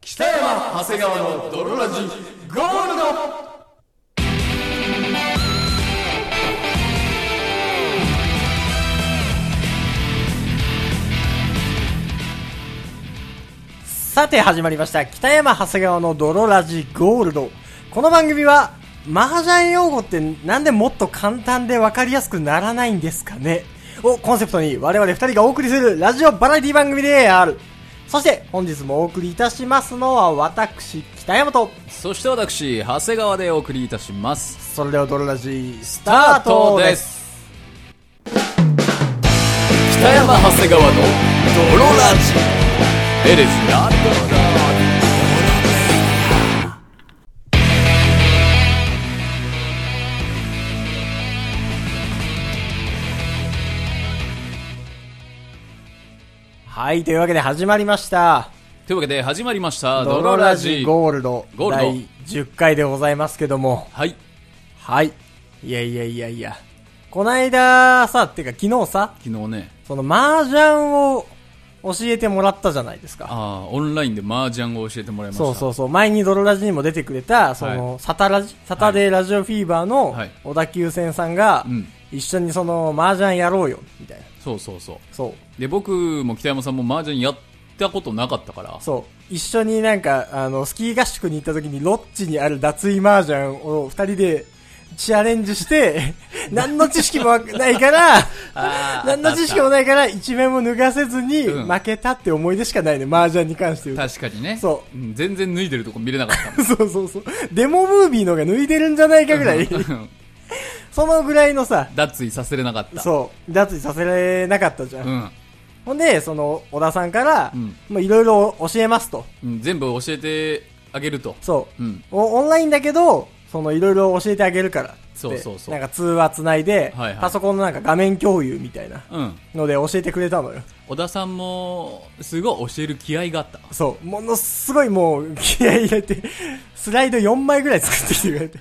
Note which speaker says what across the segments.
Speaker 1: 北山長谷川の泥ラジゴールド
Speaker 2: さて始まりました北山長谷川の泥ラジゴールドこの番組は麻雀用語ってなんでもっと簡単で分かりやすくならないんですかねをコンセプトに我々二人がお送りするラジオバラエティ番組であるそして本日もお送りいたしますのは私北山と
Speaker 1: そして私長谷川でお送りいたします
Speaker 2: それでは泥ラジスタートです
Speaker 1: す北山長谷川の泥ラジ It is not d
Speaker 2: はいというわけで始まりました
Speaker 1: というわけで始まりました
Speaker 2: 泥
Speaker 1: 泥
Speaker 2: ラ
Speaker 1: ラ
Speaker 2: ジ
Speaker 1: ジ
Speaker 2: ゴールド
Speaker 1: ゴールド
Speaker 2: 第10回でございますけども
Speaker 1: はい
Speaker 2: はい。いやいやいやいや。こないださ、ってか昨日さ、
Speaker 1: 昨日ね
Speaker 2: その麻雀を教えてもらったじゃないですか。
Speaker 1: ああオンラインで麻雀を教えてもらいました
Speaker 2: そうそうそう。前にドロラジにも出てくれた、その、サタラジ、サタデーラジオフィーバーの
Speaker 1: はい
Speaker 2: 小田急線さんが、
Speaker 1: うん
Speaker 2: 一緒にその麻雀やろうよ、みたいな。
Speaker 1: そうそうそう
Speaker 2: そう。
Speaker 1: で僕も北山さんも麻雀やったことなかったから
Speaker 2: そう。一緒になんか、あの、スキー合宿に行った時にロッチにある脱衣麻雀を二人でチャレン ジして、何の知識もないから、
Speaker 1: あー
Speaker 2: 何の知識もないから、一面も脱がせずに、
Speaker 1: うん
Speaker 2: 負けたって思い出しかないね、麻雀に関して言うと。
Speaker 1: 確かにね
Speaker 2: そ
Speaker 1: うん全然脱いでるとこ見れなかった も
Speaker 2: そうそうそう。デモムービーのが脱いでるんじゃないかぐらい、
Speaker 1: ん
Speaker 2: そのぐらいのさ、
Speaker 1: 脱衣させれなかった
Speaker 2: そう、脱衣させられなかったじゃん。
Speaker 1: ん
Speaker 2: ほんで、その、小田さんから
Speaker 1: うん、
Speaker 2: まあいろいろ教えますと。
Speaker 1: うん全部教えてあげると
Speaker 2: そうう。
Speaker 1: ん
Speaker 2: おオンラインだけど、その、いろいろ教えてあげるからって。
Speaker 1: そうそうそう
Speaker 2: なんか通話つないで、
Speaker 1: はいはい
Speaker 2: パソコンのなんか画面共有みたいな
Speaker 1: うん
Speaker 2: ので教えてくれたのよ。
Speaker 1: 小田さんもすごい教える気合があった
Speaker 2: そう、ものすごいもう気合い入れて、 スライド4枚ぐらい作ってき てくれて。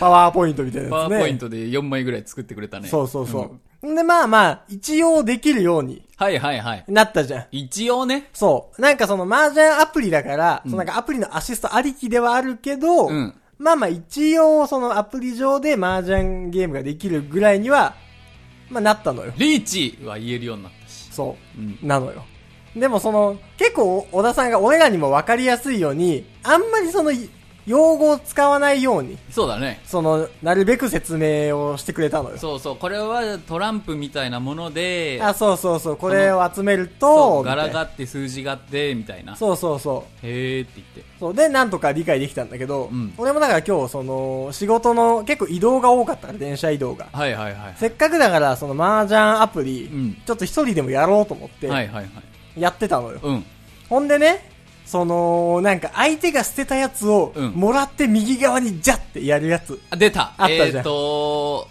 Speaker 2: パワーポイントみたいなやつ
Speaker 1: パワ
Speaker 2: ね。
Speaker 1: ーポイントで4枚ぐらい作ってくれたね
Speaker 2: そうそうそう。ん、で、まあまあ、一応できるように
Speaker 1: はいはいはい
Speaker 2: なったじゃん。
Speaker 1: 一応ね
Speaker 2: そう。なんかその麻雀アプリだから、そのなんかアプリのアシストありきではあるけど、
Speaker 1: うん
Speaker 2: まあまあ一応そのアプリ上で麻雀ゲームができるぐらいには、まあなったのよ。
Speaker 1: リーチは言えるようになったし
Speaker 2: そう。
Speaker 1: うん
Speaker 2: なのよ。でもその、結構小田さんが俺らにも分かりやすいように、あんまりその、用語を使わないように、
Speaker 1: そうだね
Speaker 2: その、なるべく説明をしてくれたのよ。
Speaker 1: そうそうこれはトランプみたいなもので
Speaker 2: あ、そうそうそう、これを集める
Speaker 1: そう
Speaker 2: と、みたいな
Speaker 1: 柄があって数字があってみたいな
Speaker 2: そうそうそう。
Speaker 1: へーって言って
Speaker 2: そうで、なんとか理解できたんだけど、
Speaker 1: うん
Speaker 2: 俺もだから今日、その、仕事の結構移動が多かったから、電車移動が。
Speaker 1: はいはいはい
Speaker 2: せっかくだから、その麻雀アプリ、
Speaker 1: うん
Speaker 2: ちょっと一人でもやろうと思って、
Speaker 1: はいはいはい
Speaker 2: やってたのよ。
Speaker 1: うん
Speaker 2: ほんでね、その、なんか相手が捨てたやつを
Speaker 1: うん、
Speaker 2: もらって右側にジャってやるやつ。
Speaker 1: あ出た
Speaker 2: あったじゃん
Speaker 1: えっ、と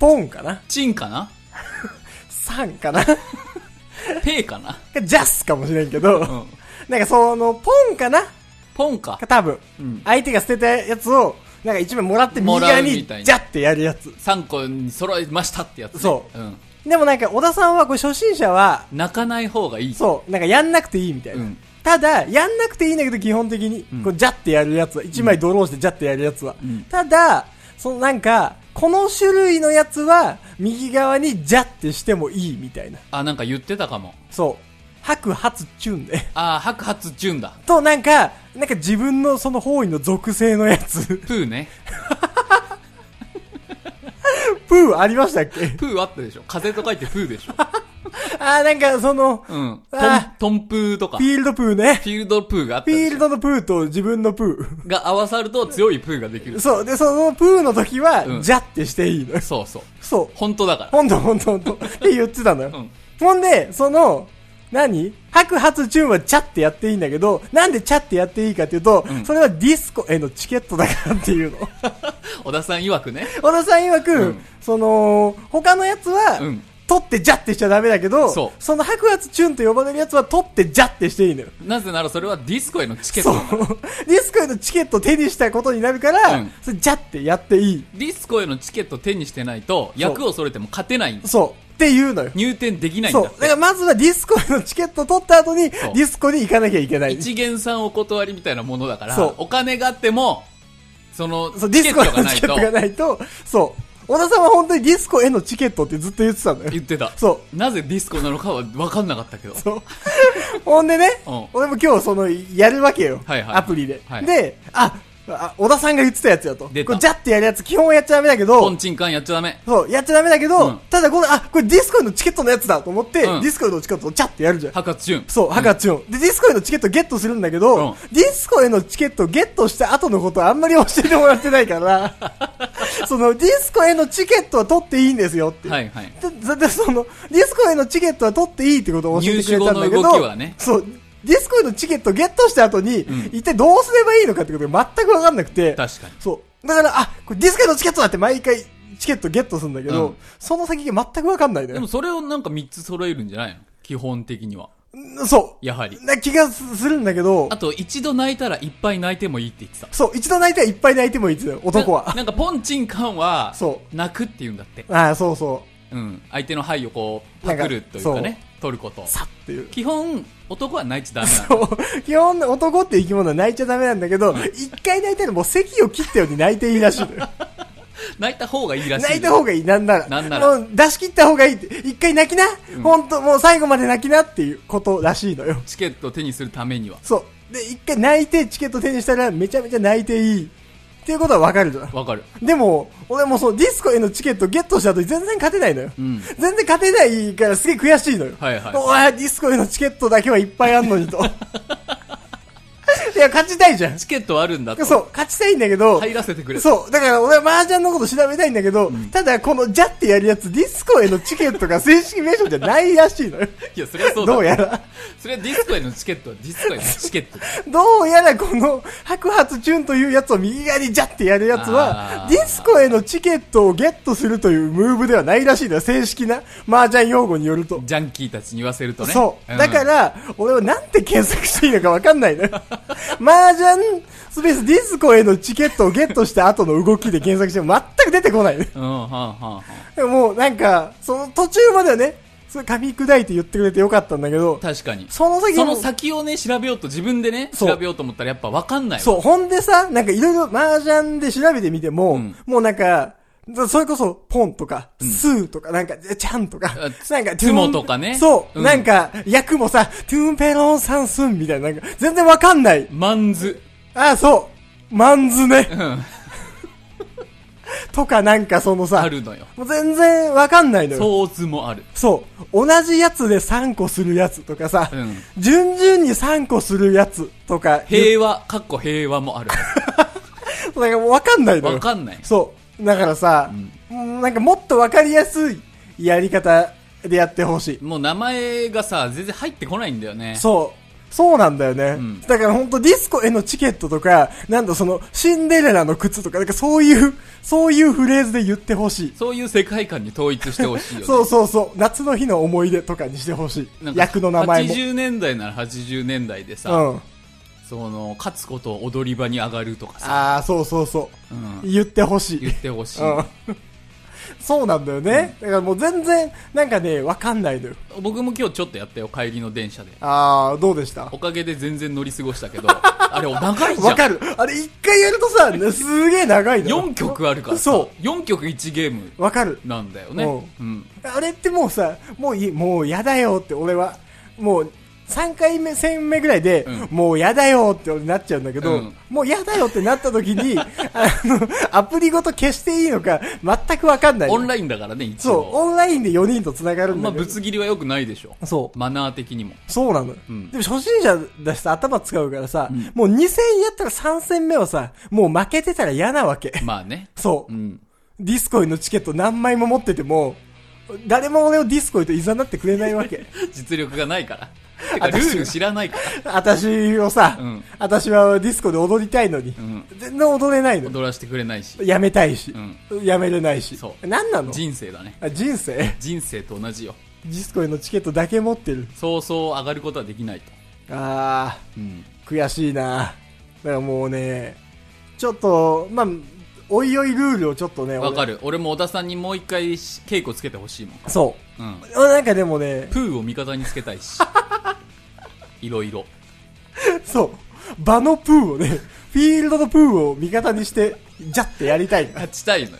Speaker 2: ポンかな
Speaker 1: チンかな
Speaker 2: サン かな
Speaker 1: ペーかな
Speaker 2: ジャスかもしれんけど、
Speaker 1: うん
Speaker 2: なんかその、ポンかな
Speaker 1: ポンか
Speaker 2: 多分、
Speaker 1: うん
Speaker 2: 相手が捨てたやつを、なんか一枚もらって右
Speaker 1: もら
Speaker 2: 側
Speaker 1: う
Speaker 2: に
Speaker 1: み
Speaker 2: ジ
Speaker 1: たいな
Speaker 2: ャってやるやつ。
Speaker 1: 3個に揃いましたってやつ、ね、、
Speaker 2: そう
Speaker 1: ん、
Speaker 2: でもなんか、小田さんはこれ初心者は、
Speaker 1: 泣かない方がいい
Speaker 2: そう、なんかやんなくていいみたいな。
Speaker 1: うん
Speaker 2: ただ、やんなくていいんだけど、基本的に、
Speaker 1: ん
Speaker 2: こう、ジャってやるやつは、一枚ドローしてジャってやるやつは。
Speaker 1: うん
Speaker 2: ただ、そのなんか、この種類のやつは、右側にジャってしてもいいみたいな。
Speaker 1: あなんか言ってたかも
Speaker 2: そう。白発チュンね。
Speaker 1: あ白髪チュンだ
Speaker 2: と、なんか、なんか自分のその方位の属性のやつ。
Speaker 1: プーね
Speaker 2: プーありましたっけ
Speaker 1: プーあったでしょ風と書いてプーでしょ
Speaker 2: あー、なんかその、
Speaker 1: うんトン
Speaker 2: あ
Speaker 1: トンプーとか
Speaker 2: フ
Speaker 1: フィ
Speaker 2: ィールドプーね。
Speaker 1: ールドプーがあった
Speaker 2: フィ
Speaker 1: で
Speaker 2: ー
Speaker 1: し
Speaker 2: ル
Speaker 1: ょ
Speaker 2: ドのプーと自分のプ
Speaker 1: が合わさると強いプーができ
Speaker 2: ー。
Speaker 1: る
Speaker 2: そう。で、そのプーの時
Speaker 1: う
Speaker 2: は、
Speaker 1: ん
Speaker 2: ジャってしていいのよ。
Speaker 1: そうそう
Speaker 2: そう。
Speaker 1: 本当だか
Speaker 2: ほんとほんとほんと。って言ってたのよ。
Speaker 1: らうん
Speaker 2: ほんで、その、何白髪チューンはチャってやっていいんだけど、なんでチャってやっていいかっていうと、
Speaker 1: ん
Speaker 2: それはディスコへのチケットだからっていうの。
Speaker 1: 小田さん曰くね
Speaker 2: 小野さん曰く、
Speaker 1: うん
Speaker 2: その、他のやつは、
Speaker 1: うん
Speaker 2: 取ってジャってしちゃダメだけど、
Speaker 1: そう
Speaker 2: の白髪チューンと呼ばれるやつは取ってジャってしていいのよ。
Speaker 1: なぜならそれはディスコへのチケッ
Speaker 2: そう
Speaker 1: ト。
Speaker 2: ディスコへのチケットを手にしたことになるから、
Speaker 1: うん
Speaker 2: それジャってやっていい。
Speaker 1: ディスコへのチケット手にしてないと役をそれても勝てないんです
Speaker 2: そていうのよ。
Speaker 1: 入店できないんだ
Speaker 2: そう。
Speaker 1: っ
Speaker 2: だ
Speaker 1: て
Speaker 2: からまずはディスコのチケット取った後に、デ
Speaker 1: そう
Speaker 2: ィスコに行かなきゃいけない。
Speaker 1: 一元さんお断りみたいなものだから
Speaker 2: そう
Speaker 1: お金があってもその
Speaker 2: そう、デ
Speaker 1: チ
Speaker 2: ィ
Speaker 1: ケ
Speaker 2: ス
Speaker 1: ッ
Speaker 2: コ
Speaker 1: トが
Speaker 2: の
Speaker 1: な
Speaker 2: チ
Speaker 1: い
Speaker 2: ケッ
Speaker 1: と
Speaker 2: トがないと、そう。小田さんは本当にディスコへのチケットってずっと言ってたのよ。
Speaker 1: 言ってた
Speaker 2: そ
Speaker 1: なぜディスコなのかは分かんなかったけど
Speaker 2: そう。 ほんでね、
Speaker 1: うん
Speaker 2: 俺も今日その、やるわけよ。
Speaker 1: はいはい
Speaker 2: アプリで。
Speaker 1: はい
Speaker 2: で、あ、あ小田さんが言ってたやつやと。こ
Speaker 1: 出
Speaker 2: れ
Speaker 1: た
Speaker 2: ジャってやるやつ基本やっちゃダメだけど
Speaker 1: トン、チンカンやっちゃダメ
Speaker 2: そう、やっちゃダメだけど、
Speaker 1: うん
Speaker 2: ただこの、あ、これディスコイのチケットのやつだと思って、
Speaker 1: うん
Speaker 2: ディスコイのチケットをチャってやるじゃん。
Speaker 1: 博士チュン
Speaker 2: そう、ハカチュン。で、ディスコへのチケットゲットするんだけ
Speaker 1: うん
Speaker 2: ど、ディスコへのチケットゲットした後のことはあんまり教えてもらってないから、 その、ディスコへのチケットは取っていいんですよって。
Speaker 1: はいはい
Speaker 2: でだってその、ディスコへのチケットは取っていいってことを教えてくれたんだけ
Speaker 1: 入手後の動き
Speaker 2: ど、
Speaker 1: はね
Speaker 2: そう、ディスコへのチケットゲットした後に、
Speaker 1: ん
Speaker 2: 一体どうすればいいのかってことが全くわかんなくて、
Speaker 1: 確かに
Speaker 2: そう。だから、あ、これディスコへのチケットだって毎回チケットゲットするんだけど、
Speaker 1: うん
Speaker 2: その先が全くわかんないの
Speaker 1: で
Speaker 2: よ
Speaker 1: も。それをなんか3つ揃えるんじゃないの基本的には
Speaker 2: そう。
Speaker 1: やはり
Speaker 2: な気がすするんだけど
Speaker 1: あ、と一度泣いたらいっぱい泣いてもいいって言ってた
Speaker 2: そう、一度泣いてはいっぱい泣いてもいいですよ、男
Speaker 1: な
Speaker 2: は。
Speaker 1: なんかポンチンカンは
Speaker 2: そ
Speaker 1: 泣くって言うんだって
Speaker 2: ああ、そうそ
Speaker 1: うん相手の肺をこう
Speaker 2: な
Speaker 1: パ
Speaker 2: んか
Speaker 1: クるというかね取ること
Speaker 2: う。さっていう。
Speaker 1: 基本男は泣いちゃダメなの
Speaker 2: そう基本、男っていう生き物は泣いちゃダメなんだけど、一回泣いたらもう咳を切ったように泣いていいらしいのよ。
Speaker 1: 泣いた方がいい らしい
Speaker 2: 泣いた方がいい、なんなら。
Speaker 1: なんなら
Speaker 2: もう出し切った方がいいって。一回泣きな、
Speaker 1: うん
Speaker 2: ほんと、もう最後まで泣きなっていうことらしいのよ。
Speaker 1: チケットを手にするためには
Speaker 2: そう。で、一回泣いてチケット手にしたらめちゃめちゃ泣いていい。っていうことはわかるじゃん。
Speaker 1: わかる
Speaker 2: でも、俺もそう、ディスコへのチケットゲットした後に全然勝てないのよ。
Speaker 1: うん
Speaker 2: 全然勝てないからすげえ悔しいのよ。
Speaker 1: はいはいう
Speaker 2: わディスコへのチケットだけはいっぱいあんのにと。いや、勝ちたいじゃん。
Speaker 1: チケットはあるんだと
Speaker 2: そう、勝ちたいんだけど、
Speaker 1: 入らせてくれ
Speaker 2: そう、だから俺は麻雀のこと調べたいんだけど、ただこのジャってやるやつ、ディスコへのチケットが正式名称じゃないらしいのよ。
Speaker 1: いやそれはそうだ
Speaker 2: どうやら、
Speaker 1: それはディスコへのチケットはディスコへのチケットだ
Speaker 2: どうやらこの白髪チュンというやつを右側にジャってやるやつは
Speaker 1: あ、ー
Speaker 2: ディスコへのチケットをゲットするというムーブではないらしいのよ、正式な麻雀用語によると。
Speaker 1: ジャンキーたちに言わせるとね
Speaker 2: そう。
Speaker 1: ん
Speaker 2: だから、俺はなんて検索していいのかわかんないのよ。麻雀スペースディスコへのチケットをゲットした後の動きで検索しても全く出てこないのよ。
Speaker 1: うんはんはんはん
Speaker 2: でももうなんか、その途中まではね、すごい噛み砕いて言ってくれてよかったんだけど、
Speaker 1: 確かに
Speaker 2: その先
Speaker 1: そ
Speaker 2: も
Speaker 1: の先をね調べようと自分でね
Speaker 2: そう
Speaker 1: 調べようと思ったらやっぱ分かんないわ
Speaker 2: そう、ほんでさ、なんかいろいろ麻雀で調べてみても、
Speaker 1: うん
Speaker 2: もうなんか、それこそ、ポンとか、スーとか、なんか、ちゃんとか
Speaker 1: あ、
Speaker 2: なんか、
Speaker 1: つもとかね
Speaker 2: そう、
Speaker 1: うん
Speaker 2: なんか、役もさ、トゥーンペロンサンスンみたいな、なんか、全然わかんない。
Speaker 1: マンズ
Speaker 2: あ、そう、マンズね。
Speaker 1: ん
Speaker 2: とか、なんかそのさ
Speaker 1: あ、るのよ
Speaker 2: もう全然わかんないのよ。
Speaker 1: 想図もある
Speaker 2: そう。同じやつで3個するやつとかさ、
Speaker 1: うん
Speaker 2: 順々に3個するやつとか、
Speaker 1: 平和かっこ平和もある
Speaker 2: なんかもうわかんないのよ。
Speaker 1: 分かんない
Speaker 2: そう。だからさ、うんなんかもっとわかりやすいやり方でやってほしい。
Speaker 1: もう名前がさ全然入ってこないんだよね
Speaker 2: そう。そうなんだよね。
Speaker 1: ん
Speaker 2: だから本当ディスコへのチケットとか、なんだその、シンデレラの靴とか、なんかそういう、 そういうフレーズで言ってほしい。
Speaker 1: そういう世界観に統一してほしいよね
Speaker 2: そうそうそう。夏の日の思い出とかにしてほしい
Speaker 1: なん。か
Speaker 2: 役の名前も。
Speaker 1: 80年代なら80年代でさ、
Speaker 2: うん。
Speaker 1: その勝つことを踊り場に上がるとかさ、
Speaker 2: ああ、そうそうそうう。
Speaker 1: ん、
Speaker 2: 言ってほしい。
Speaker 1: 言ってほしい、
Speaker 2: うんそうなんだよね。だからもう全然、なんかね、わかんないのよ。
Speaker 1: 僕も今日ちょっとやったよ帰りの電車で
Speaker 2: ああ、どうでした
Speaker 1: おかげで全然乗り過ごしたけ どあれ長い じゃん
Speaker 2: わかる。あれ一回やるとさ、 ねすげえ長いのよ。
Speaker 1: 4曲あるから
Speaker 2: そ
Speaker 1: 4曲1ゲーム
Speaker 2: わかる。
Speaker 1: なんだよね、
Speaker 2: う
Speaker 1: うん
Speaker 2: あれってもうさ、もういい、もうやだよって俺は、もう、3回目、戦目ぐらいで、
Speaker 1: うん
Speaker 2: もうやだよって俺なっちゃうんだけど、
Speaker 1: うん
Speaker 2: もうやだよってなった時に、あ の、アプリごと消していいのか、全くわかんないの。
Speaker 1: オンラインだからね一
Speaker 2: そう、
Speaker 1: 応
Speaker 2: オンラインで4人と繋がるん
Speaker 1: ま
Speaker 2: だ
Speaker 1: あ
Speaker 2: けど。
Speaker 1: ぶつ切りはよくないでしょ
Speaker 2: そう。
Speaker 1: マナー的にも
Speaker 2: そうなの、
Speaker 1: ん
Speaker 2: でも初心者だしさ、頭使うからさ、
Speaker 1: ん
Speaker 2: もう2戦やったら3戦目はさ、もう負けてたら嫌なわけ。
Speaker 1: まあね
Speaker 2: そう、
Speaker 1: うん
Speaker 2: ディスコイのチケット何枚も持ってても、誰も俺をディスコイと誘ってくれないわけ。
Speaker 1: 実力がないからてかルール知らないか
Speaker 2: 私をさ、
Speaker 1: うん
Speaker 2: 私はディスコで踊りたいのに、
Speaker 1: ん
Speaker 2: 全然踊れない
Speaker 1: ら
Speaker 2: の。
Speaker 1: 踊らせてくれないし
Speaker 2: やめたいし、
Speaker 1: う
Speaker 2: やめれないし。
Speaker 1: そう
Speaker 2: 何なの
Speaker 1: 人生だね
Speaker 2: あ人生デ
Speaker 1: 人生と同じよ
Speaker 2: ィスコイのチケットだけ持ってる。
Speaker 1: そうそう上がることはできないと、
Speaker 2: あー。
Speaker 1: うん
Speaker 2: 悔しいなだからもうねちょっとまあおいおいルールをちょっとね、
Speaker 1: わか
Speaker 2: る。
Speaker 1: る俺も小田さんにもう一回し稽古つけてほしいもん、
Speaker 2: そ
Speaker 1: うん、
Speaker 2: う。なんかでもね、
Speaker 1: プーを味方につけたい しいろいろ
Speaker 2: そう。場のプーをね、フィールドのプーを味方にして、ジャッてやりたい。
Speaker 1: 勝ちたいのよ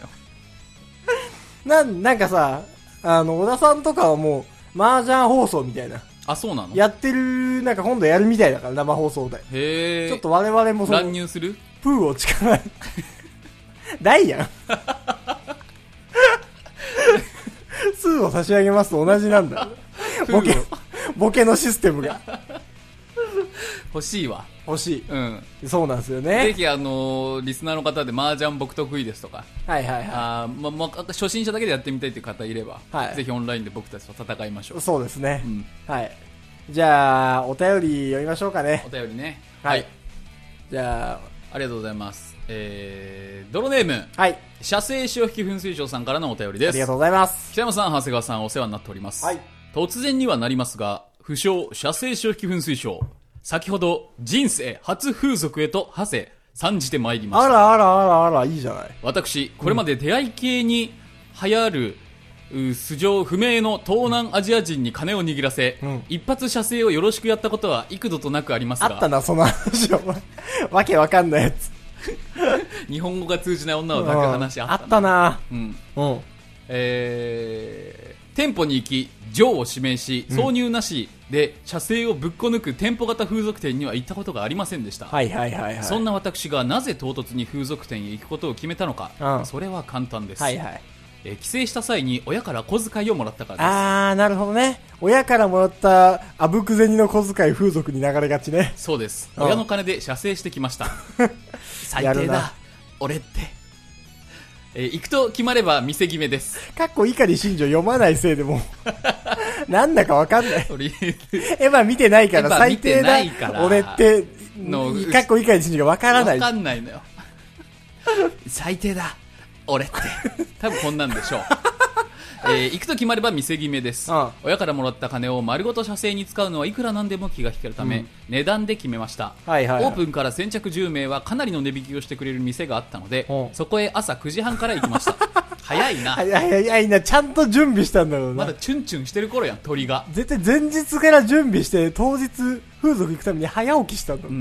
Speaker 2: なん、なんかさ、あの、小田さんとかはもう、麻雀放送みたいな。
Speaker 1: あそうなの
Speaker 2: やってる、なんか今度やるみたいだから、生放送で。
Speaker 1: へえ
Speaker 2: ちょっと我々もそ
Speaker 1: 乱
Speaker 2: の、
Speaker 1: 入する
Speaker 2: プーを 力、ダイアンスーを差し上げますと同じなんだ。ボケ、ボケのシステムが
Speaker 1: 欲しいわ
Speaker 2: 欲し
Speaker 1: うん
Speaker 2: い。そうなんですよ
Speaker 1: ぜ
Speaker 2: ね。
Speaker 1: ひあのーリスナーの方で麻雀僕得意ですとか
Speaker 2: はいはいは
Speaker 1: あー、まま、初心者だけでやってみたいという方いれば、
Speaker 2: はい
Speaker 1: ぜひオンラインで僕たちと戦いましょう
Speaker 2: い。、そうですね
Speaker 1: う。ん、
Speaker 2: はい。じゃあ、お便り読みましょうかね
Speaker 1: お。便りね
Speaker 2: はい。じゃ
Speaker 1: ありがとうございますえー、泥ネーム
Speaker 2: あ、はい。
Speaker 1: 射精潮引き噴水場さんからのお便りで
Speaker 2: ありが
Speaker 1: す
Speaker 2: とうございます。
Speaker 1: 北山さん長谷川さんお世話になっております、
Speaker 2: はい
Speaker 1: 突然にはなりますが不詳射精潮引き噴水場先ほど人生初風俗へと馳せ参じてまいりました
Speaker 2: あらあらあらあら、いいじゃない。
Speaker 1: 私これまで出会い系に流行るう素性不明の東南アジア人に金を握らせ、
Speaker 2: ん
Speaker 1: 一発射精をよろしくやったことは幾度となくあります
Speaker 2: あった
Speaker 1: が
Speaker 2: な、その話を。 わけわかんないやつ。
Speaker 1: 日本語が通じない女を抱く話あったな
Speaker 2: な。
Speaker 1: うん
Speaker 2: うん。
Speaker 1: えー店舗に行きジョーを指名し挿入なしで射精をぶっこ抜く店舗型風俗店には行ったことがありませんでした、
Speaker 2: はいはいはいはい。
Speaker 1: そんな私がなぜ唐突に風俗店へ行くことを決めたのか、
Speaker 2: うん
Speaker 1: それは簡単です、
Speaker 2: はいはい。
Speaker 1: えー帰省した際に親から小遣いをもらったからです
Speaker 2: あー、なるほどね。親からもらった、あぶく銭の小遣い風俗に流れがちね。
Speaker 1: そうです
Speaker 2: うん
Speaker 1: 親の金で射精してきました最
Speaker 2: や
Speaker 1: 低
Speaker 2: る
Speaker 1: だ
Speaker 2: な
Speaker 1: 俺って、えー行くと決まれば店決めです
Speaker 2: かっこ碇新庄読まないせいでも うなんだかわかんない。
Speaker 1: とりあえず
Speaker 2: エヴァ見てないから、
Speaker 1: エヴァ見
Speaker 2: 最
Speaker 1: て
Speaker 2: 低
Speaker 1: な
Speaker 2: だ
Speaker 1: いから。
Speaker 2: 俺って、
Speaker 1: の
Speaker 2: かっこ碇新庄がわからな
Speaker 1: わ
Speaker 2: い。
Speaker 1: かんないのよ 最低だ俺って多分こんなんでし ょうえー行くと決まれば店決めです、
Speaker 2: うん
Speaker 1: 親からもらった金を丸ごと射精に使うのはいくらなんでも気が引けるため、値段で決めました、
Speaker 2: はいはいはい
Speaker 1: オープンから先着10名はかなりの値引きをしてくれる店があったので、
Speaker 2: うん
Speaker 1: そこへ朝9時半から行き ました早いな
Speaker 2: はいはいはいはいな、ちゃんと準備したんだろう
Speaker 1: ま
Speaker 2: な
Speaker 1: だ。チュンチュンしてる頃やん鳥が
Speaker 2: 絶対前日から準備して、当日、風俗行くために早起きしたんだろ
Speaker 1: う
Speaker 2: う。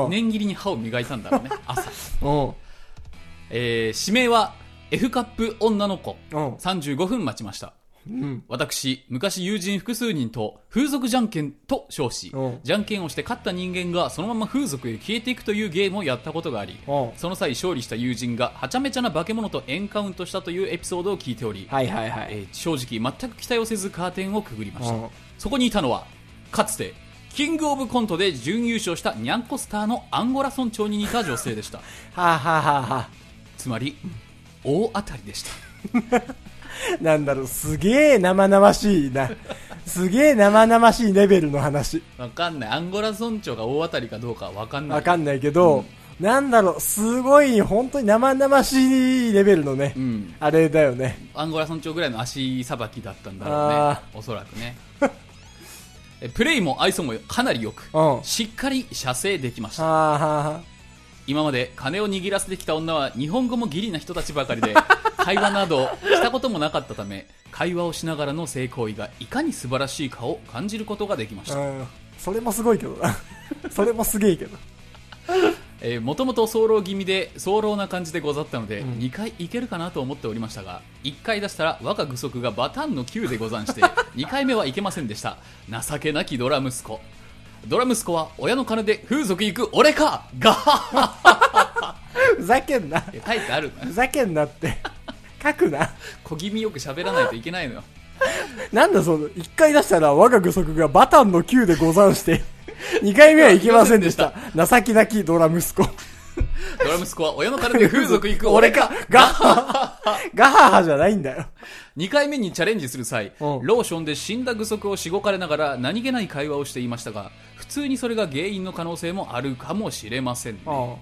Speaker 1: ん
Speaker 2: うん
Speaker 1: 念切りに歯を磨いたんだろうね朝
Speaker 2: うん。
Speaker 1: えー、指名は F カップ女の子
Speaker 2: うん
Speaker 1: 35分待ちました
Speaker 2: うん。
Speaker 1: 私、昔友人複数人と風俗じゃんけんと称し
Speaker 2: うん、
Speaker 1: じゃんけんをして勝った人間がそのまま風俗へ消えていくというゲームをやったことがあり
Speaker 2: うん、
Speaker 1: その際勝利した友人がはちゃめちゃな化け物とエンカウントしたというエピソードを聞いており、
Speaker 2: はいはいはい。
Speaker 1: えー正直全く期待をせずカーテンをくぐりました
Speaker 2: うん。
Speaker 1: そこにいたのは、かつて、キングオブコントで準優勝したニャンコスターのアンゴラ村長に似た女性で した。
Speaker 2: はあ、はあはあは
Speaker 1: つまり、大当たりでした。
Speaker 2: あ、なんだろう、すげえ生々しいな。すげえ生々しいレベルの話。
Speaker 1: わかんない。アンゴラ村長が大当たりかどうかはわかんない。
Speaker 2: わかんないけど、なんだろう、すごい、本当に生々しいレベルのね、
Speaker 1: うん。
Speaker 2: あれだよね。
Speaker 1: アンゴラ村長ぐらいの足さばきだったんだろうね
Speaker 2: あ
Speaker 1: おそらくね えプレイも愛想もかなりよく
Speaker 2: うん。は
Speaker 1: しっかり射精できまし
Speaker 2: あ、
Speaker 1: た
Speaker 2: はあは
Speaker 1: 今まで金を握らせてきた女は日本語も義理な人たちばかり で会話などしたこともなかったため会話をしながらの性行為がいかに素晴らしいかを感じることができまし
Speaker 2: あ、
Speaker 1: た
Speaker 2: うん。それもすごいけどな。 それもすげえけど。
Speaker 1: えーもともと早漏気味で早漏な感じでござったので、2回いけるかなと思っておりましたが1回出したら我が具足がバタンの9でござんして 2回目はいけませんでした情けなきドラ息子ドラ息子は親の金で風俗行く俺かがはは
Speaker 2: ふざけんな。
Speaker 1: え書いてあ るのよ
Speaker 2: ふざけんなって。書くな。
Speaker 1: 小気味よく喋らないといけないのよ
Speaker 2: なんだその、一回出したら我が具足がバタンの9でござんして、二回目はいけませんでした。情けなきドラ息子。
Speaker 1: ドラ息子は親の 金で風俗行く俺か
Speaker 2: ガッハガハハじゃないんだよ。
Speaker 1: 2回目にチャレンジする際、
Speaker 2: うん
Speaker 1: ローションで死んだ具足をしごかれながら何気ない会話をしていましたが普通にそれが原因の可能性もあるかもしれませんねこ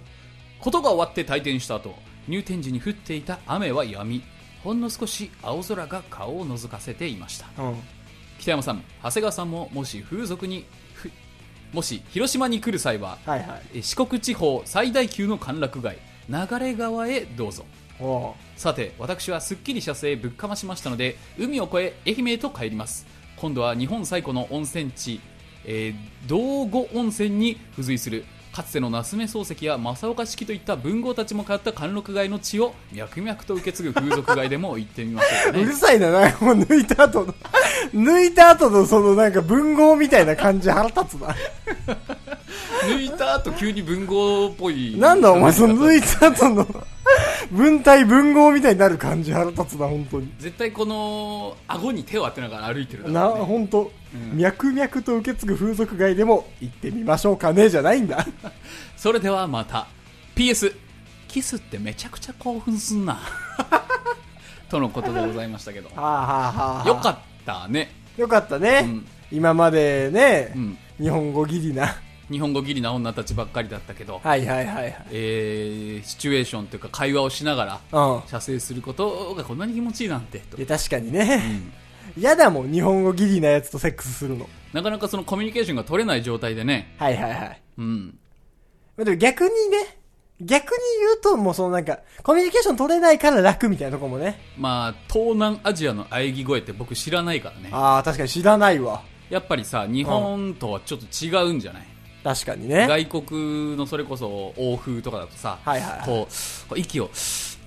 Speaker 1: とが終わって退店した後入店時に降っていた雨は止みほんの少し青空が顔を覗かせていました
Speaker 2: うん。
Speaker 1: 北山さん長谷川さんももし風俗にふもし広島に来る際は
Speaker 2: はいはい。
Speaker 1: え四国地方最大級の歓楽街流川へどうぞ
Speaker 2: お
Speaker 1: さて私はすっきり射精ぶっかましましたので海を越え愛媛へと帰ります今度は日本最古の温泉地、えー道後温泉に付随するかつての夏目漱石や正岡式といった文豪たちも通った貫禄街の地を脈々と受け継ぐ風俗街でも行ってみまし ょう
Speaker 2: う
Speaker 1: かね
Speaker 2: るさいな、なんかもう抜いた後の、抜いた後のそのなんか文豪みたいな感じ腹立つな。
Speaker 1: 抜いた後急に文豪っぽい
Speaker 2: なんだお前その抜いた後の文体文豪みたいになる感じ腹立つな、本当に。
Speaker 1: 絶対この顎に手を当てながら歩いてるだろうね
Speaker 2: な、本当、脈々と受け継ぐ風俗街でも行ってみましょうかね、じゃないんだ。
Speaker 1: それではまた PS キスってめちゃくちゃ興奮すんな とのことでございましたけど
Speaker 2: はあ、はあはあ、
Speaker 1: よかったね、
Speaker 2: た。よかったね。
Speaker 1: うん
Speaker 2: 今までね、
Speaker 1: うん、
Speaker 2: 日本語ギリな。
Speaker 1: 日本語ギリな女たちばっかりだったけど、
Speaker 2: はいはいはいはい。
Speaker 1: えーシチュエーションというか会話をしながら
Speaker 2: うん。
Speaker 1: 射精することがこんなに気持ちいいなんてと
Speaker 2: いや、確かにね。嫌だもん、日本語ギリなやつとセックスするの。
Speaker 1: なかなかそのコミュニケーションが取れない状態でね、
Speaker 2: はいはいはい。
Speaker 1: うん、
Speaker 2: まあでも逆にね、逆に言うともうそのなんか、コミュニケーション取れないから楽みたいなとこもね。
Speaker 1: まあ東南アジアの喘ぎ声って僕知らないからね
Speaker 2: ああ、確かに知らないわ。
Speaker 1: やっぱりさ日本とはちょっと違うんじゃない
Speaker 2: 確かにね。
Speaker 1: 外国のそれこそ欧風とかだとさ、
Speaker 2: はいはいはい
Speaker 1: こうこう息をこ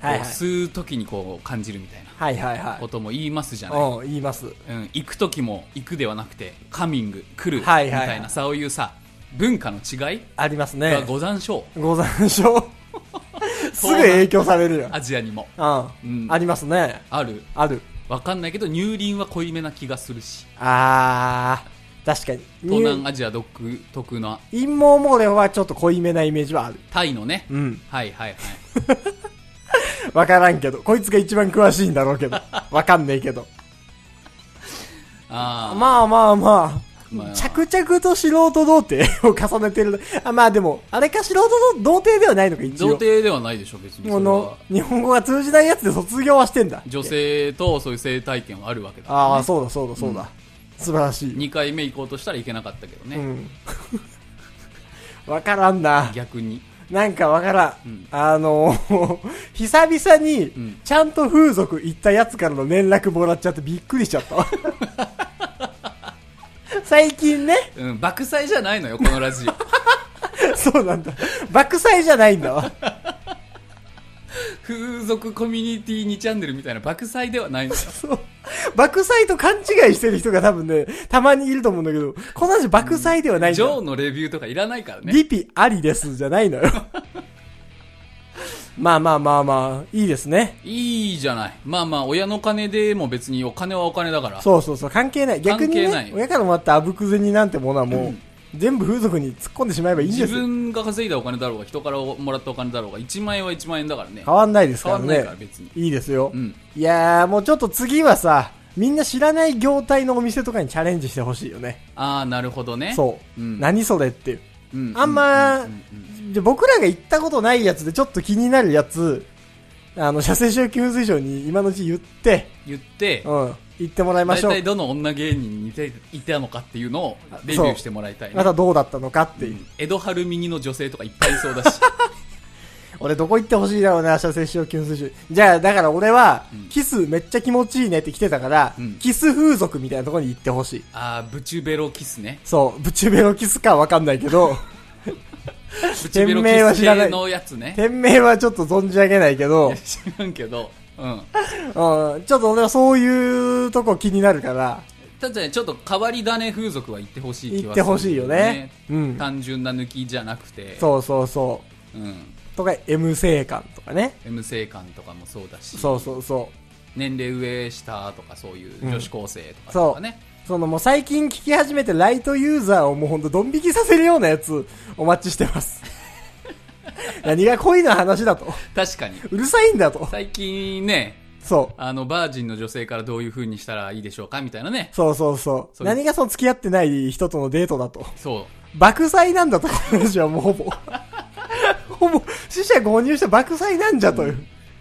Speaker 1: う
Speaker 2: はいはい
Speaker 1: 吸う時にこう感じるみたいな
Speaker 2: はいはいは
Speaker 1: ことも言いますじゃない、
Speaker 2: い。うん、言います。
Speaker 1: うん、行く時も行くではなくてカミング来るみ
Speaker 2: は
Speaker 1: た
Speaker 2: い
Speaker 1: い
Speaker 2: はい
Speaker 1: な、
Speaker 2: はい
Speaker 1: そういうさ文化の違い
Speaker 2: あります
Speaker 1: が
Speaker 2: ね。
Speaker 1: ござんしょう、
Speaker 2: ござんしょ う。すぐ影響されるよ。
Speaker 1: アジアにも
Speaker 2: うん。
Speaker 1: うん
Speaker 2: ありますね。
Speaker 1: ある
Speaker 2: ある。
Speaker 1: わかんないけど乳輪は濃いめな気がするし
Speaker 2: あー、確かに。
Speaker 1: 東南アジア独特な
Speaker 2: 陰謀モーレはちょっと濃いめなイメージはある。
Speaker 1: タイのね、
Speaker 2: うん。
Speaker 1: はいはいはい
Speaker 2: わからんけど。こいつが一番詳しいんだろうけ ど。わかんねえけど。
Speaker 1: あー
Speaker 2: まあまあま
Speaker 1: ま
Speaker 2: あ。
Speaker 1: あ
Speaker 2: 着々と素人童貞を重ねてる。あまあでも、あれか素人童貞ではないのか、一
Speaker 1: 童
Speaker 2: 応。
Speaker 1: 貞ではないでしょ別に
Speaker 2: こ
Speaker 1: それは
Speaker 2: の、日本語が通じないやつで卒業はしてんだ。
Speaker 1: 女性とそういう性体験はあるわけだ
Speaker 2: ああ、そうだそうだそうだ。素晴らしい。
Speaker 1: 2回目行こうとしたらいけなかったけどね、
Speaker 2: うん。 わからんな。
Speaker 1: 逆に
Speaker 2: なんかわから
Speaker 1: う
Speaker 2: ん。
Speaker 1: ん
Speaker 2: あの 久々に
Speaker 1: ん、
Speaker 2: ちゃんと風俗行ったやつからの連絡もらっちゃってびっくりしちゃったわ。 最近ね、
Speaker 1: うん爆災じゃないのよこのラジオ
Speaker 2: そうなんだ。爆災じゃないんだわ。
Speaker 1: 風俗コミュニティ2チャンネルみたいな爆災ではないのよ
Speaker 2: そう。爆災と勘違いしてる人が多分ね、たまにいると思うんだけど、この話爆災ではないん
Speaker 1: ジ
Speaker 2: だ
Speaker 1: ョー
Speaker 2: よ。
Speaker 1: のレビューとかいらないからね
Speaker 2: リピありですじゃない のよ。まあまあまあまあ、いいですね。
Speaker 1: いいじゃないまあまあ親の金でも別にお金はお金だから
Speaker 2: そうそうそう、関係ない。逆に、
Speaker 1: 関係な
Speaker 2: ね
Speaker 1: い、
Speaker 2: 親からもらったあぶく銭なんてものはもう、全部風俗に突っ込んでしまえばいいんで
Speaker 1: 自
Speaker 2: すよ。
Speaker 1: 分が稼いだお金だろうが人からもらったお金だろうが1万円は1万円だからね
Speaker 2: 変わんないですから
Speaker 1: 変わんない
Speaker 2: ね
Speaker 1: から。別に
Speaker 2: いいですよ。
Speaker 1: うん
Speaker 2: いやー、もうちょっと次はさ、みんな知らない業態のお店とかにチャレンジしてほしいよね。
Speaker 1: ああなるほどね
Speaker 2: そう。
Speaker 1: うん
Speaker 2: 何それっていう。
Speaker 1: う、う
Speaker 2: あんま、で僕らが行ったことないやつでちょっと気になるやつ、あの、射精周期風水上に今のうち言って、
Speaker 1: 言って
Speaker 2: うん、行ってもらいま
Speaker 1: 大
Speaker 2: しょう
Speaker 1: 体。どの女芸人に似ていたのかっていうのをレビューしてもらいたいね
Speaker 2: またどうだったのかっていう。
Speaker 1: 江戸春ミニの女性とかいっぱいいそうだ し
Speaker 2: 俺どこ行ってほしいだろうな、射精しよう、キスしようじゃあ、だから俺は、キスめっちゃ気持ちいいねって来てたから、
Speaker 1: うん
Speaker 2: キス風俗みたいなところに行ってほしい。
Speaker 1: あーブチュベロキスね
Speaker 2: そう、ブチュベロキスかわかんないけど、
Speaker 1: ブチュベロキス系のやつね
Speaker 2: 店名はちょっと存じ上げないけど、
Speaker 1: 知らんけどうん
Speaker 2: うん、ちょっと俺はそういうとこ気になるから、
Speaker 1: ただねちょっと変わり種風俗は行ってほしい気
Speaker 2: 行っ
Speaker 1: は
Speaker 2: て
Speaker 1: する
Speaker 2: ほしいよね。うん。
Speaker 1: 単純な抜きじゃなくて、
Speaker 2: そうそうそう
Speaker 1: ん、
Speaker 2: う。とか、M 性感とかね。
Speaker 1: M 性感とかもそうだし
Speaker 2: そうそうそ
Speaker 1: 年齢上下とかそういう女子高生とか
Speaker 2: そ
Speaker 1: と
Speaker 2: う
Speaker 1: かね、
Speaker 2: う。そのもう最近聞き始めてライトユーザーをもうほんとドン引きさせるようなやつお待ちして ます。何が恋の話だと。
Speaker 1: 確かに
Speaker 2: うるさいんだと。
Speaker 1: 最近ね
Speaker 2: そ
Speaker 1: あのバージンの女性からどういう風にしたらいいでしょうかみたいなね
Speaker 2: う。そうそうそう。
Speaker 1: そう
Speaker 2: 何がその付き合ってない人とのデートだと。
Speaker 1: そう
Speaker 2: 爆災なんだと、この話はもうほ ぼ。ほぼ、死者購入した爆災なんじゃという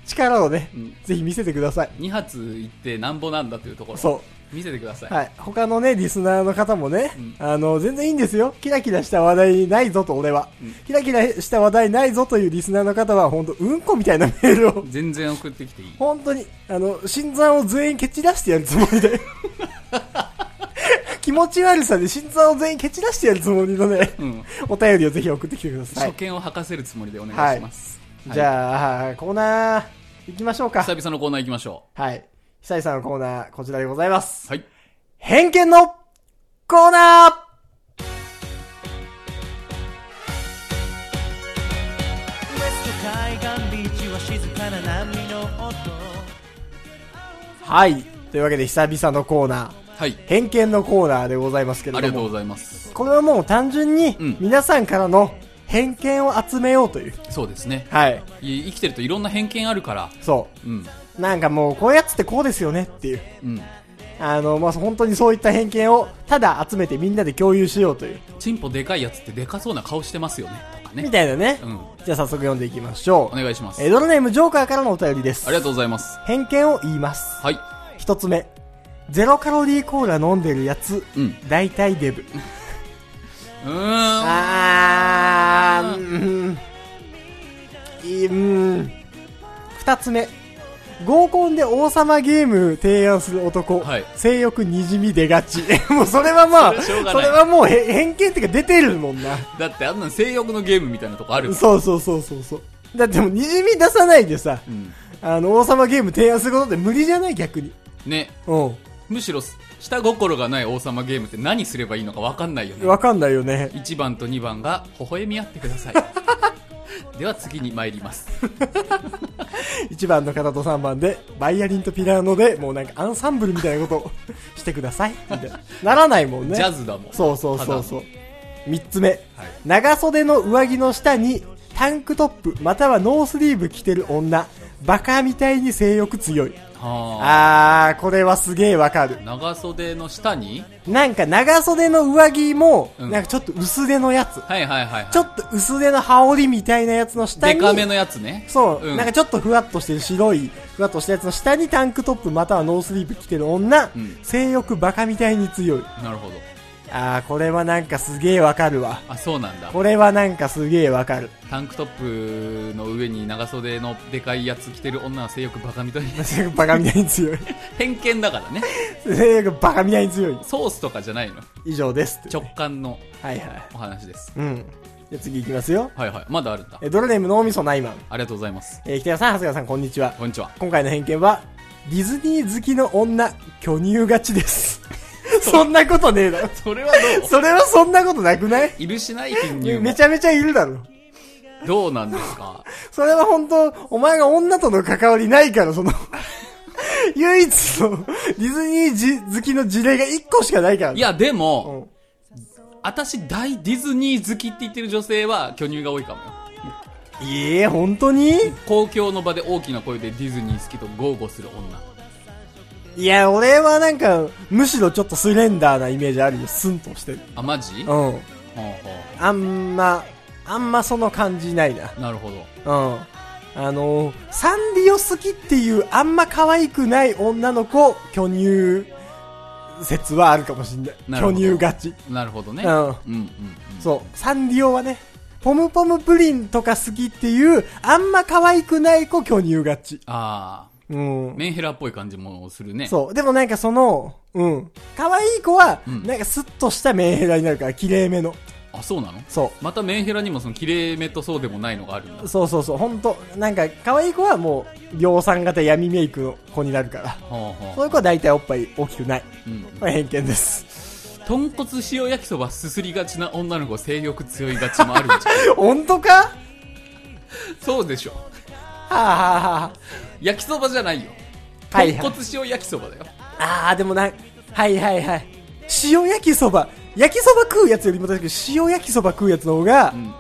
Speaker 2: 力をね、
Speaker 1: ん
Speaker 2: ぜひ見せてください。
Speaker 1: 2発行ってなんぼなんだというところ
Speaker 2: そう。
Speaker 1: 見せてください、
Speaker 2: はい。他のね、リスナーの方もね、
Speaker 1: うん
Speaker 2: あの、全然いいんですよ。キラキラした話題ないぞと、俺は、
Speaker 1: うん
Speaker 2: キラキラした話題ないぞというリスナーの方は、本当うんこみたいなメー ルを、
Speaker 1: 全然送ってきていい
Speaker 2: 本当に、あの、心臓を全員蹴散らしてやるつも りで。気持ち悪さで心臓を全員蹴散らしてやるつもりのね、
Speaker 1: うん
Speaker 2: お便りをぜひ送ってきてください
Speaker 1: 初。見を吐かせるつもりでお願いします、はい
Speaker 2: じゃあ、コーナー、行きましょうか。
Speaker 1: 久々のコーナー行きましょ
Speaker 2: はい。久々のコーナー、こちらでございます。
Speaker 1: うはい
Speaker 2: 偏見のコーナー
Speaker 3: ウエスト海岸ビーチは静かな波の音
Speaker 2: はい。というわけで、久々のコーナー、
Speaker 1: はい
Speaker 2: 偏見のコーナーでございますけれど
Speaker 1: あ
Speaker 2: も。
Speaker 1: りがとうございます
Speaker 2: これはもう単純に
Speaker 1: うん、
Speaker 2: 皆さんからの偏見を集めようという。
Speaker 1: そうですね
Speaker 2: はい。
Speaker 1: い生きてるといろんな偏見あるから
Speaker 2: そ
Speaker 1: うん
Speaker 2: う。なんかもう、こういうやつってこうですよねっていう。
Speaker 1: うん
Speaker 2: あの、まあ、本当にそういった偏見を、ただ集めてみんなで共有しようという。
Speaker 1: チンポでかいやつってでかそうな顔してますよねとか
Speaker 2: み
Speaker 1: ね
Speaker 2: たいなね。
Speaker 1: うん
Speaker 2: じゃあ早速読んでいきましょ
Speaker 1: お
Speaker 2: う。
Speaker 1: 願いします
Speaker 2: えー、ドルネームジョーカーからのお便りです。
Speaker 1: ありがとうございます
Speaker 2: 偏見を言います。
Speaker 1: はい
Speaker 2: 一つ目。ゼロカロリーコーラ飲んでるやつ、
Speaker 1: うん
Speaker 2: 大体デブ。
Speaker 1: うーん
Speaker 2: あー、うん。いいうん。二つ目。合コンで王様ゲーム提案する男、
Speaker 1: はい
Speaker 2: 性欲にじみ出がち。 もうそれはま
Speaker 1: そ
Speaker 2: あ、
Speaker 1: れはしょうがない
Speaker 2: それはもうへ偏見っていうか出てるもんな。
Speaker 1: だってあんなの性欲のゲームみたいなとこある
Speaker 2: そうそうそうそうそう。だってもうにじみ出さないでさ、
Speaker 1: うん
Speaker 2: あの王様ゲーム提案することって無理じゃない逆に。
Speaker 1: ね
Speaker 2: う
Speaker 1: むしろ下心がない王様ゲームって何すればいいのか分かんないよ
Speaker 2: ん。
Speaker 1: ね
Speaker 2: わかんないよね。
Speaker 1: 1番と2番が微笑み合ってください では次に参ります
Speaker 2: 1番の方と3番で、バイアリンとピラノで、もうなんかアンサンブルみたいなことを してください。みたいな。ならないもんね。
Speaker 1: ジャズだもん
Speaker 2: そうそうそうそう
Speaker 1: ただ。
Speaker 2: 3つ目、長袖の上着の下に、タンクトップ、またはノースリーブ着てる女。バカみたいに性欲強い。
Speaker 1: は
Speaker 2: あー、これはすげえわかる
Speaker 1: あ。長袖の下に
Speaker 2: なんか長袖の上着も、
Speaker 1: うん
Speaker 2: なんかちょっと薄手のやつ。
Speaker 1: はいはいはい、はい、
Speaker 2: ちょっと薄手の羽織みたいなやつの下
Speaker 1: デ
Speaker 2: に。
Speaker 1: カめのやつね
Speaker 2: そう、
Speaker 1: ん
Speaker 2: なんかちょっとふわっとしてる白い、ふわっとしたやつの下にタンクトップまたはノースリーブ着てる女、
Speaker 1: うん
Speaker 2: 性欲バカみたいに強い。
Speaker 1: なるほど
Speaker 2: あー、これはなんかすげえわかるわ。
Speaker 1: あそうなんだ
Speaker 2: これはなんかすげえわかる。
Speaker 1: タンクトップの上に長袖のでかいやつ着てる女は性欲バカ みたいな
Speaker 2: 性欲バカみたいに強い。
Speaker 1: 偏見だからね
Speaker 2: 性欲バカみたいに強い。
Speaker 1: ソースとかじゃないの
Speaker 2: 以上ですって。
Speaker 1: 直感の
Speaker 2: はいはい。
Speaker 1: お話です
Speaker 2: うん。じゃあ次行きますよ。
Speaker 1: はいはいまだあるんだ
Speaker 2: え、ドルネーム脳みそないまん。
Speaker 1: ありがとうございます
Speaker 2: えー、北谷さん、長谷川さん、こんにちは。
Speaker 1: こんにちは
Speaker 2: 今回の偏見は、ディズニー好きの女、巨乳勝ちです。そんなことねえだろ。
Speaker 1: それは どう
Speaker 2: それはそんなことなくない
Speaker 1: いるしない貧乳も
Speaker 2: めちゃめちゃいるだろ。
Speaker 1: どうなんですか
Speaker 2: それは本当お前が女との関わりないから、その、 唯一の、ディズニーじ好きの事例が1個しかないから。
Speaker 1: いやでも、
Speaker 2: うん
Speaker 1: 私大ディズニー好きって言ってる女性は巨乳が多いかもよ
Speaker 2: いえ、本当に
Speaker 1: 公共の場で大きな声でディズニー好きと豪語する女
Speaker 2: いや、俺はなんか、むしろちょっとスレンダーなイメージあるよ。スンとしてる。
Speaker 1: あマジ
Speaker 2: う。
Speaker 1: ほうんほ
Speaker 2: あんま、あんまその感じないな。
Speaker 1: うなるほど
Speaker 2: うん。あのサンリオ好きっていうあんま可愛くない女の子、巨乳説はあるかもしんない。
Speaker 1: なる
Speaker 2: 巨
Speaker 1: ほど
Speaker 2: 乳ガチ。
Speaker 1: なるほどね
Speaker 2: うん
Speaker 1: うんうん
Speaker 2: そう。サンリオはね、ポムポムプリンとか好きっていう、あんま可愛くない子巨乳ガチ。
Speaker 1: ああ
Speaker 2: うん。
Speaker 1: メンヘラっぽい感じもするね
Speaker 2: そう。でもなんかその、うん。可愛い子は、
Speaker 1: うん
Speaker 2: なんかスッとしたメンヘラになるから、綺麗めの。
Speaker 1: あそうなの
Speaker 2: そ
Speaker 1: またメンヘラにもその綺麗めとそうでもないのがあるんだ
Speaker 2: う。そうそうそう。ほんと、なんか可愛い子はもう、量産型闇メイクの子になるから。
Speaker 1: ほう
Speaker 2: そう
Speaker 1: ほ
Speaker 2: いう子は大体おっぱい大きくない。
Speaker 1: う、うん、
Speaker 2: これ偏見です。
Speaker 1: 豚骨塩焼きそばすすりがちな女の子性欲強いがちもあるん じゃん
Speaker 2: 本当かは
Speaker 1: そうでしょ
Speaker 2: あ、はあはあ、
Speaker 1: 焼きそばじゃないよ
Speaker 2: はい
Speaker 1: 豚
Speaker 2: はい
Speaker 1: 骨塩焼きそばだよ
Speaker 2: あー、でもな、はいはいはい。塩焼きそば。焼きそば食うやつよりも確かに塩焼きそば食うやつの方が、
Speaker 1: うん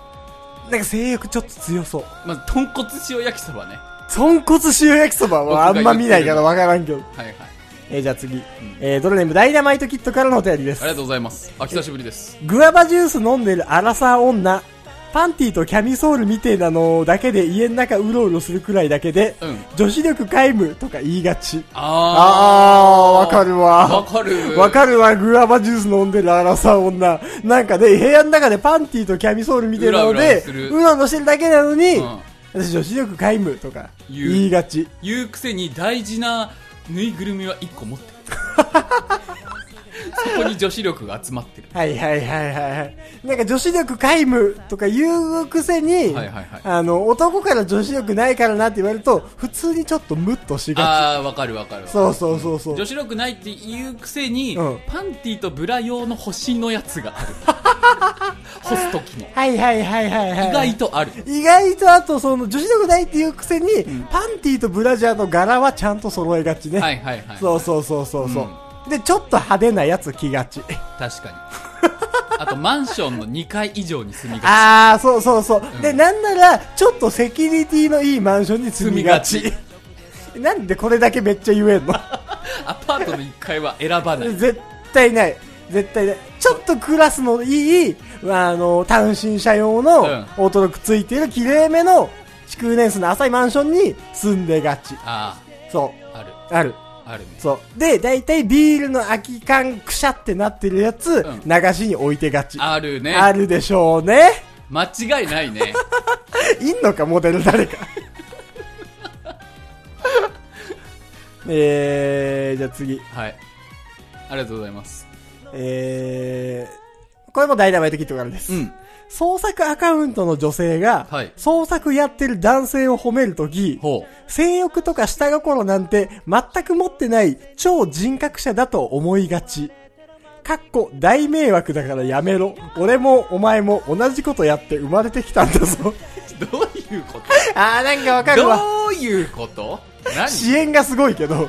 Speaker 2: なんか性欲ちょっと強そう。
Speaker 1: まず豚骨塩焼きそばねは
Speaker 2: 豚骨塩焼きそばはあんま見ないから
Speaker 1: 僕
Speaker 2: わからんけど。
Speaker 1: いはい
Speaker 2: えー、じゃあ次。えー、ドルネームダイナマイトキットからのお便りで
Speaker 1: あ
Speaker 2: す
Speaker 1: りが。とうございますあ久しぶりです
Speaker 2: グアバジュース飲んでるアラサー女、パンティとキャミソールみてえなのだけで家の中うろうろするくらいだけで、
Speaker 1: うん
Speaker 2: 女子力皆無とか言いがち。あー、
Speaker 1: あ
Speaker 2: わかるわ。
Speaker 1: わかる
Speaker 2: わかるわ、グアバジュース飲んでるアラサー女。なんかね、部屋の中でパンティとキャミソール見てるの
Speaker 1: うらうら
Speaker 2: で、
Speaker 1: する
Speaker 2: うろうろしてるだけなのに、
Speaker 1: うん
Speaker 2: 私女子力皆無とか
Speaker 1: 言う
Speaker 2: 言いがち。
Speaker 1: 言うくせに大事なぬいぐるみは1個持ってるそこに女子力が集まってる
Speaker 2: はいはいはいはいはい。なんか女子力皆無とか言うくせに、
Speaker 1: はいはいはい
Speaker 2: あの、男から女子力ないからなって言われると、普通にちょっとムッとしが
Speaker 1: ああわかるわかる
Speaker 2: ち。そうそうそうそう。
Speaker 1: 女子力ないって言うくせに、
Speaker 2: うん
Speaker 1: パンティとブラ用の星のやつがある 干す時の
Speaker 2: はいはいはいはいはい。
Speaker 1: 意外とある
Speaker 2: 意外とあとその女子力ないっていうくせに、パンティとブラジャーの柄はちゃんと揃えがちね。
Speaker 1: はいはいはい
Speaker 2: そうそうそうそうそう、で、ちょっと派手なやつ着が ち。
Speaker 1: 確かにあとマンションの2階以上に住みが
Speaker 2: あー、そうそうそう。で、なんなら、ちょっとセキュリティのいいマンションに
Speaker 1: ち
Speaker 2: 住みがち。
Speaker 1: 住みが
Speaker 2: なんでこれだけめっちゃ 言えんの
Speaker 1: アパートの1階は選ばない
Speaker 2: 絶対ない。絶対ない。ちょっとクラスのいい、あの、単身者用の
Speaker 1: うん、
Speaker 2: オートロックついてる綺麗めの、築年数の浅いマンションに住んでがち。
Speaker 1: あ
Speaker 2: そ
Speaker 1: あある
Speaker 2: う。ある。
Speaker 1: あるね
Speaker 2: そう。で、大体ビールの空き缶くしゃってなってるやつ、
Speaker 1: ん
Speaker 2: 流しに置いてがち。
Speaker 1: あるね
Speaker 2: あるでしょう ね。
Speaker 1: 間違いないね
Speaker 2: いんのか、モデル誰か。 えー、じゃあ次。
Speaker 1: はいありがとうございます
Speaker 2: えー、これもダイナマイトキットからです。
Speaker 1: うん
Speaker 2: 創作アカウントの女性が、
Speaker 1: はい
Speaker 2: 創作やってる男性を褒めるとき、
Speaker 1: ほ
Speaker 2: 性欲とか下心なんて全く持ってない超人格者だと思いがち。かっこ大迷惑だからやめろ。俺もお前も同じことやって生まれてきたんだぞ。
Speaker 1: う どういうこ
Speaker 2: あーなんかわ
Speaker 1: と
Speaker 2: かるわ。
Speaker 1: どういうこと何
Speaker 2: 支援がすごいけど。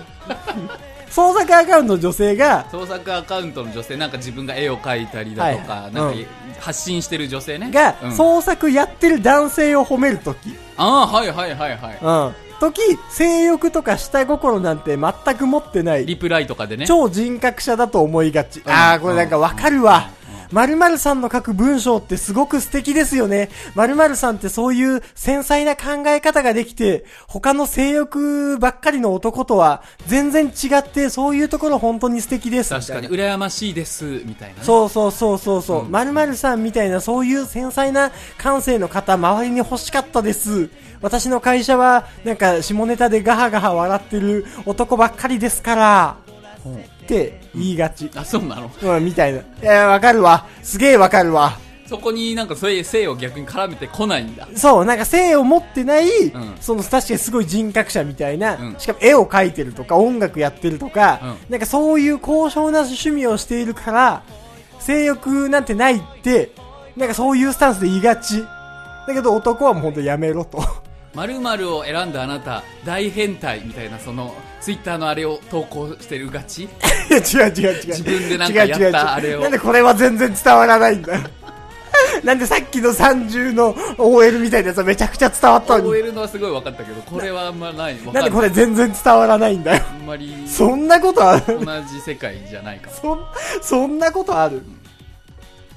Speaker 2: 創作アカウントの女性が、
Speaker 1: 創作アカウントの女性なんか自分が絵を描いたりだとか、
Speaker 2: はいはい
Speaker 1: なんか
Speaker 2: うん
Speaker 1: 発信してる女性ね
Speaker 2: が、
Speaker 1: うん
Speaker 2: 創作やってる男性を褒めるとき、
Speaker 1: ああはいはいはいはい
Speaker 2: うん。とき、性欲とか下心なんて全く持ってない。
Speaker 1: リプライとかでね
Speaker 2: 超人格者だと思いがち。
Speaker 1: ん
Speaker 2: ああ、これなんかわかるわ。〇〇さんの書く文章ってすごく素敵ですよね。〇〇さんってそういう繊細な考え方ができて、他の性欲ばっかりの男とは全然違って、そういうところ本当に素敵です。
Speaker 1: 確かに
Speaker 2: みたい
Speaker 1: 羨ましいですみたいなね
Speaker 2: な。そうそうそうそうそう。〇〇さんみたいなそういう繊細な感性の方、周りに欲しかったです。私の会社は、なんか下ネタでガハガハ笑ってる男ばっかりですから、って言いがち。
Speaker 1: あそうなの
Speaker 2: うん、みたいな。いや、わかるわ。すげえわかるわ。
Speaker 1: そこになんかそういう性を逆に絡めてこないんだ
Speaker 2: そう、なんか性を持ってない、
Speaker 1: ん
Speaker 2: その確かにすごい人格者みたいな、
Speaker 1: うん
Speaker 2: しかも絵を描いてるとか音楽やってるとか、
Speaker 1: う
Speaker 2: なんかそういう高尚な趣味をしているから、性欲なんてないって、なんかそういうスタンスで言いがち。だけど男はもうほんとやめろと。
Speaker 1: 〇〇を選んだあなた大変態みたいなそのツイッターのあれを投稿してるがち
Speaker 2: いや違う違う違う。
Speaker 1: 自分でなんかやった
Speaker 2: 違う違う違う
Speaker 1: あれを
Speaker 2: なんでこれは全然伝わらないんだ なんでさっきの30の OL みたいなやつはめちゃくちゃ伝わったのに
Speaker 1: 覚え。るのはすごい分かったけどこれはあんまないわ
Speaker 2: なん
Speaker 1: か
Speaker 2: で
Speaker 1: ん
Speaker 2: こ
Speaker 1: ない
Speaker 2: れ全然伝わらないんだよ。
Speaker 1: あんまり
Speaker 2: そんなことある
Speaker 1: 同じ世界じゃないかも
Speaker 2: そん、そんなことある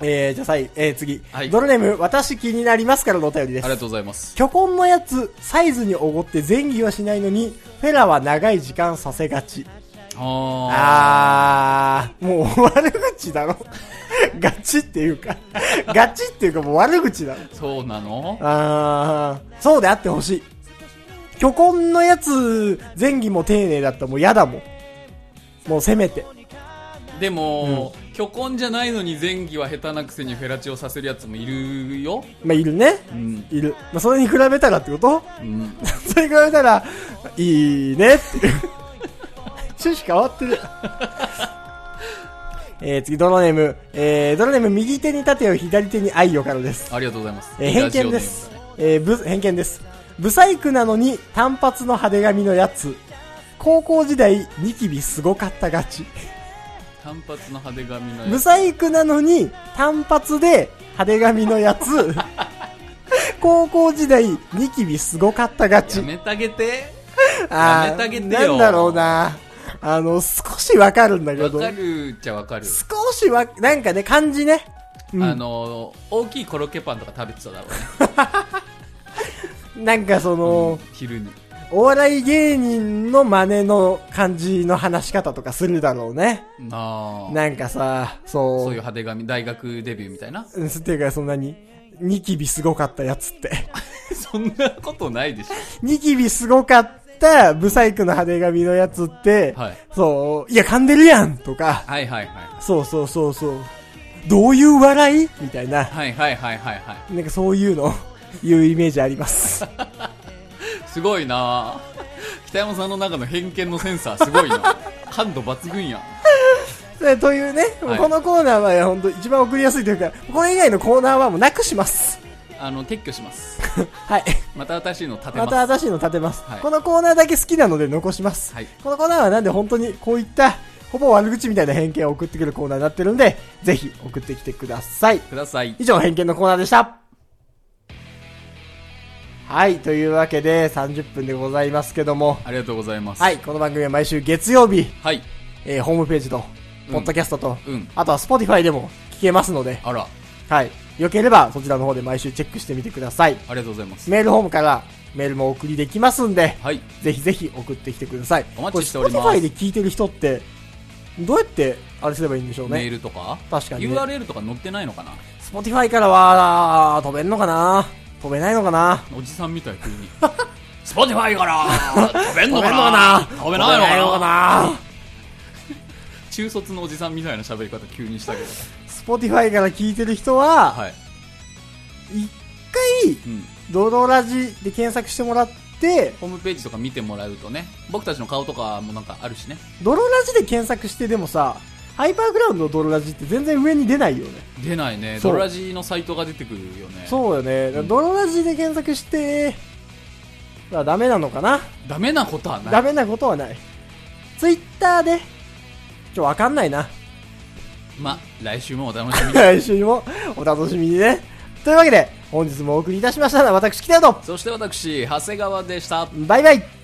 Speaker 2: えー、じゃあさい、えー、次。
Speaker 1: はい
Speaker 2: ドルネーム、私気になりますからのお便りで
Speaker 1: ありがと
Speaker 2: す。
Speaker 1: うございます
Speaker 2: 巨根のやつ、サイズにおごって前儀はしないのに、フェラは長い時間させがち。
Speaker 1: あ
Speaker 2: あー、もう悪口だろ。 ガチっていうか、ガチっていうかもう悪口だろ。
Speaker 1: あそうなの
Speaker 2: あー、そうであってほしい。巨根のやつ、前儀も丁寧だったらもう嫌だもん。もうせめて。
Speaker 1: でも、巨根じゃないのに前儀は下手なくせにフェラチオさせるやつもいるよ、
Speaker 2: まあ、いるね。
Speaker 1: うん
Speaker 2: いる。まあ、それに比べたらってこと
Speaker 1: うん、
Speaker 2: それに比べたら、いいねっていう。 趣旨変わってる。 えー、次、ドロネーム。えー、ドロネーム、右手に盾を左手に愛をからです。
Speaker 1: ありがとうございます、
Speaker 2: えー、
Speaker 1: ラジオ
Speaker 2: 偏見
Speaker 1: ネーム
Speaker 2: です。えー、ぶ、偏見です。ブサイクなのに単発の派手髪のやつ。高校時代、ニキビすごかったがち。
Speaker 1: 単発の派手髪の
Speaker 2: ブ
Speaker 1: やつ
Speaker 2: サイクなのに単発で派手髪のや つ。高校時代、ニキビすごかったがち
Speaker 1: や。めてあげて
Speaker 2: あー
Speaker 1: やめてあげてよ
Speaker 2: なんだろうな。あの、少しわかるんだけ
Speaker 1: わ
Speaker 2: ど。
Speaker 1: かるっちゃわかる
Speaker 2: 少しわ、なんかね、漢字ね。うん
Speaker 1: あの大きいコロッケパンとか食べてただろうね
Speaker 2: なんかその、
Speaker 1: 昼に
Speaker 2: お笑い芸人の真似の感じの話し方とかするだろうね。
Speaker 1: ああ
Speaker 2: なんかさ、そ
Speaker 1: そう
Speaker 2: う。
Speaker 1: いう派手紙大学デビューみたいな
Speaker 2: うんていうか、そんなに、ニキビすごかったやつって。
Speaker 1: そんなことないでし
Speaker 2: ニキビすごかった、ブサイクの派手髪のやつって、
Speaker 1: ょ、はい、
Speaker 2: そう、いや、噛んでるやんとか、
Speaker 1: はいはいは
Speaker 2: そうそうそうそう、どういう笑いみたいな、
Speaker 1: いはいはいはいはいは
Speaker 2: なんかそういうの、 いうイメージあり ます。
Speaker 1: いすごいなあ北山さんの中の偏見のセンサーすごい な感度抜群や
Speaker 2: でというね、
Speaker 1: はい
Speaker 2: このコーナーは本当一番送りやすいというか、これ以外のコーナーはもうなくします。
Speaker 1: あの撤去します
Speaker 2: はい。
Speaker 1: また新しいの立てま
Speaker 2: ますた新しいの立てます、
Speaker 1: はい
Speaker 2: このコーナーだけ好きなので残します、
Speaker 1: はい
Speaker 2: このコーナーはなんで本当にこういったほぼ悪口みたいな偏見を送ってくるコーナーになってるんでぜひ送ってきてください
Speaker 1: ください
Speaker 2: 以上偏見のコーナーでしたはいというわけで30分でございますけども
Speaker 1: ありがとうございます
Speaker 2: はいこの番組は毎週月曜日、
Speaker 1: はい
Speaker 2: えーホームページと
Speaker 1: うん
Speaker 2: ポッドキャストと、
Speaker 1: うん
Speaker 2: あとは Spotify でも聞けますので、
Speaker 1: あらあ
Speaker 2: はい、よければそちらの方で毎週チェックしてみてください
Speaker 1: りがとうございます
Speaker 2: メールフォームからメールもお送りできますんで、
Speaker 1: はい
Speaker 2: ぜひぜひ送ってきてください。
Speaker 1: お待ちしております
Speaker 2: これ Spotify で聞いてる人って、どうやってあれすればいいんでしょう
Speaker 1: メー
Speaker 2: ね。
Speaker 1: ルとか
Speaker 2: 確かにね
Speaker 1: URL とか載ってないのかな
Speaker 2: Spotify からは、飛べんのかな飛べないのかな
Speaker 1: おじさんみたい急 にスポティファイから飛べんの
Speaker 2: 飛べ
Speaker 1: か
Speaker 2: んのか
Speaker 1: な
Speaker 2: な
Speaker 1: 飛べないのかな
Speaker 2: な
Speaker 1: 中卒のおじさんみたいな喋り方急にしたけど
Speaker 2: ?Spotify から聞いてる人は、
Speaker 1: はい、
Speaker 2: 一回、
Speaker 1: うん、
Speaker 2: ドロラジで検索してもらって、
Speaker 1: ホームページとか見てもらうとね僕たちの顔とかもなんかあるしね
Speaker 2: ドロラジで検索してでもさ、ハイパーグラウンドのドロラジって全然上に出ないよね。
Speaker 1: 出ないね
Speaker 2: そ
Speaker 1: ド
Speaker 2: う
Speaker 1: ロラジのサイトが出てくるよね
Speaker 2: そうよね。ドロラジで検索して、だからダメなのかな
Speaker 1: ダメなことはない
Speaker 2: ダメなことはない。ツイッターで、ちょ、わかんないな。
Speaker 1: まあ来週もお楽しみに
Speaker 2: 来週もお楽しみにね。というわけで、本日もお送りいたしましたのは私、北野と、
Speaker 1: そして私長谷川でした
Speaker 2: バイバイ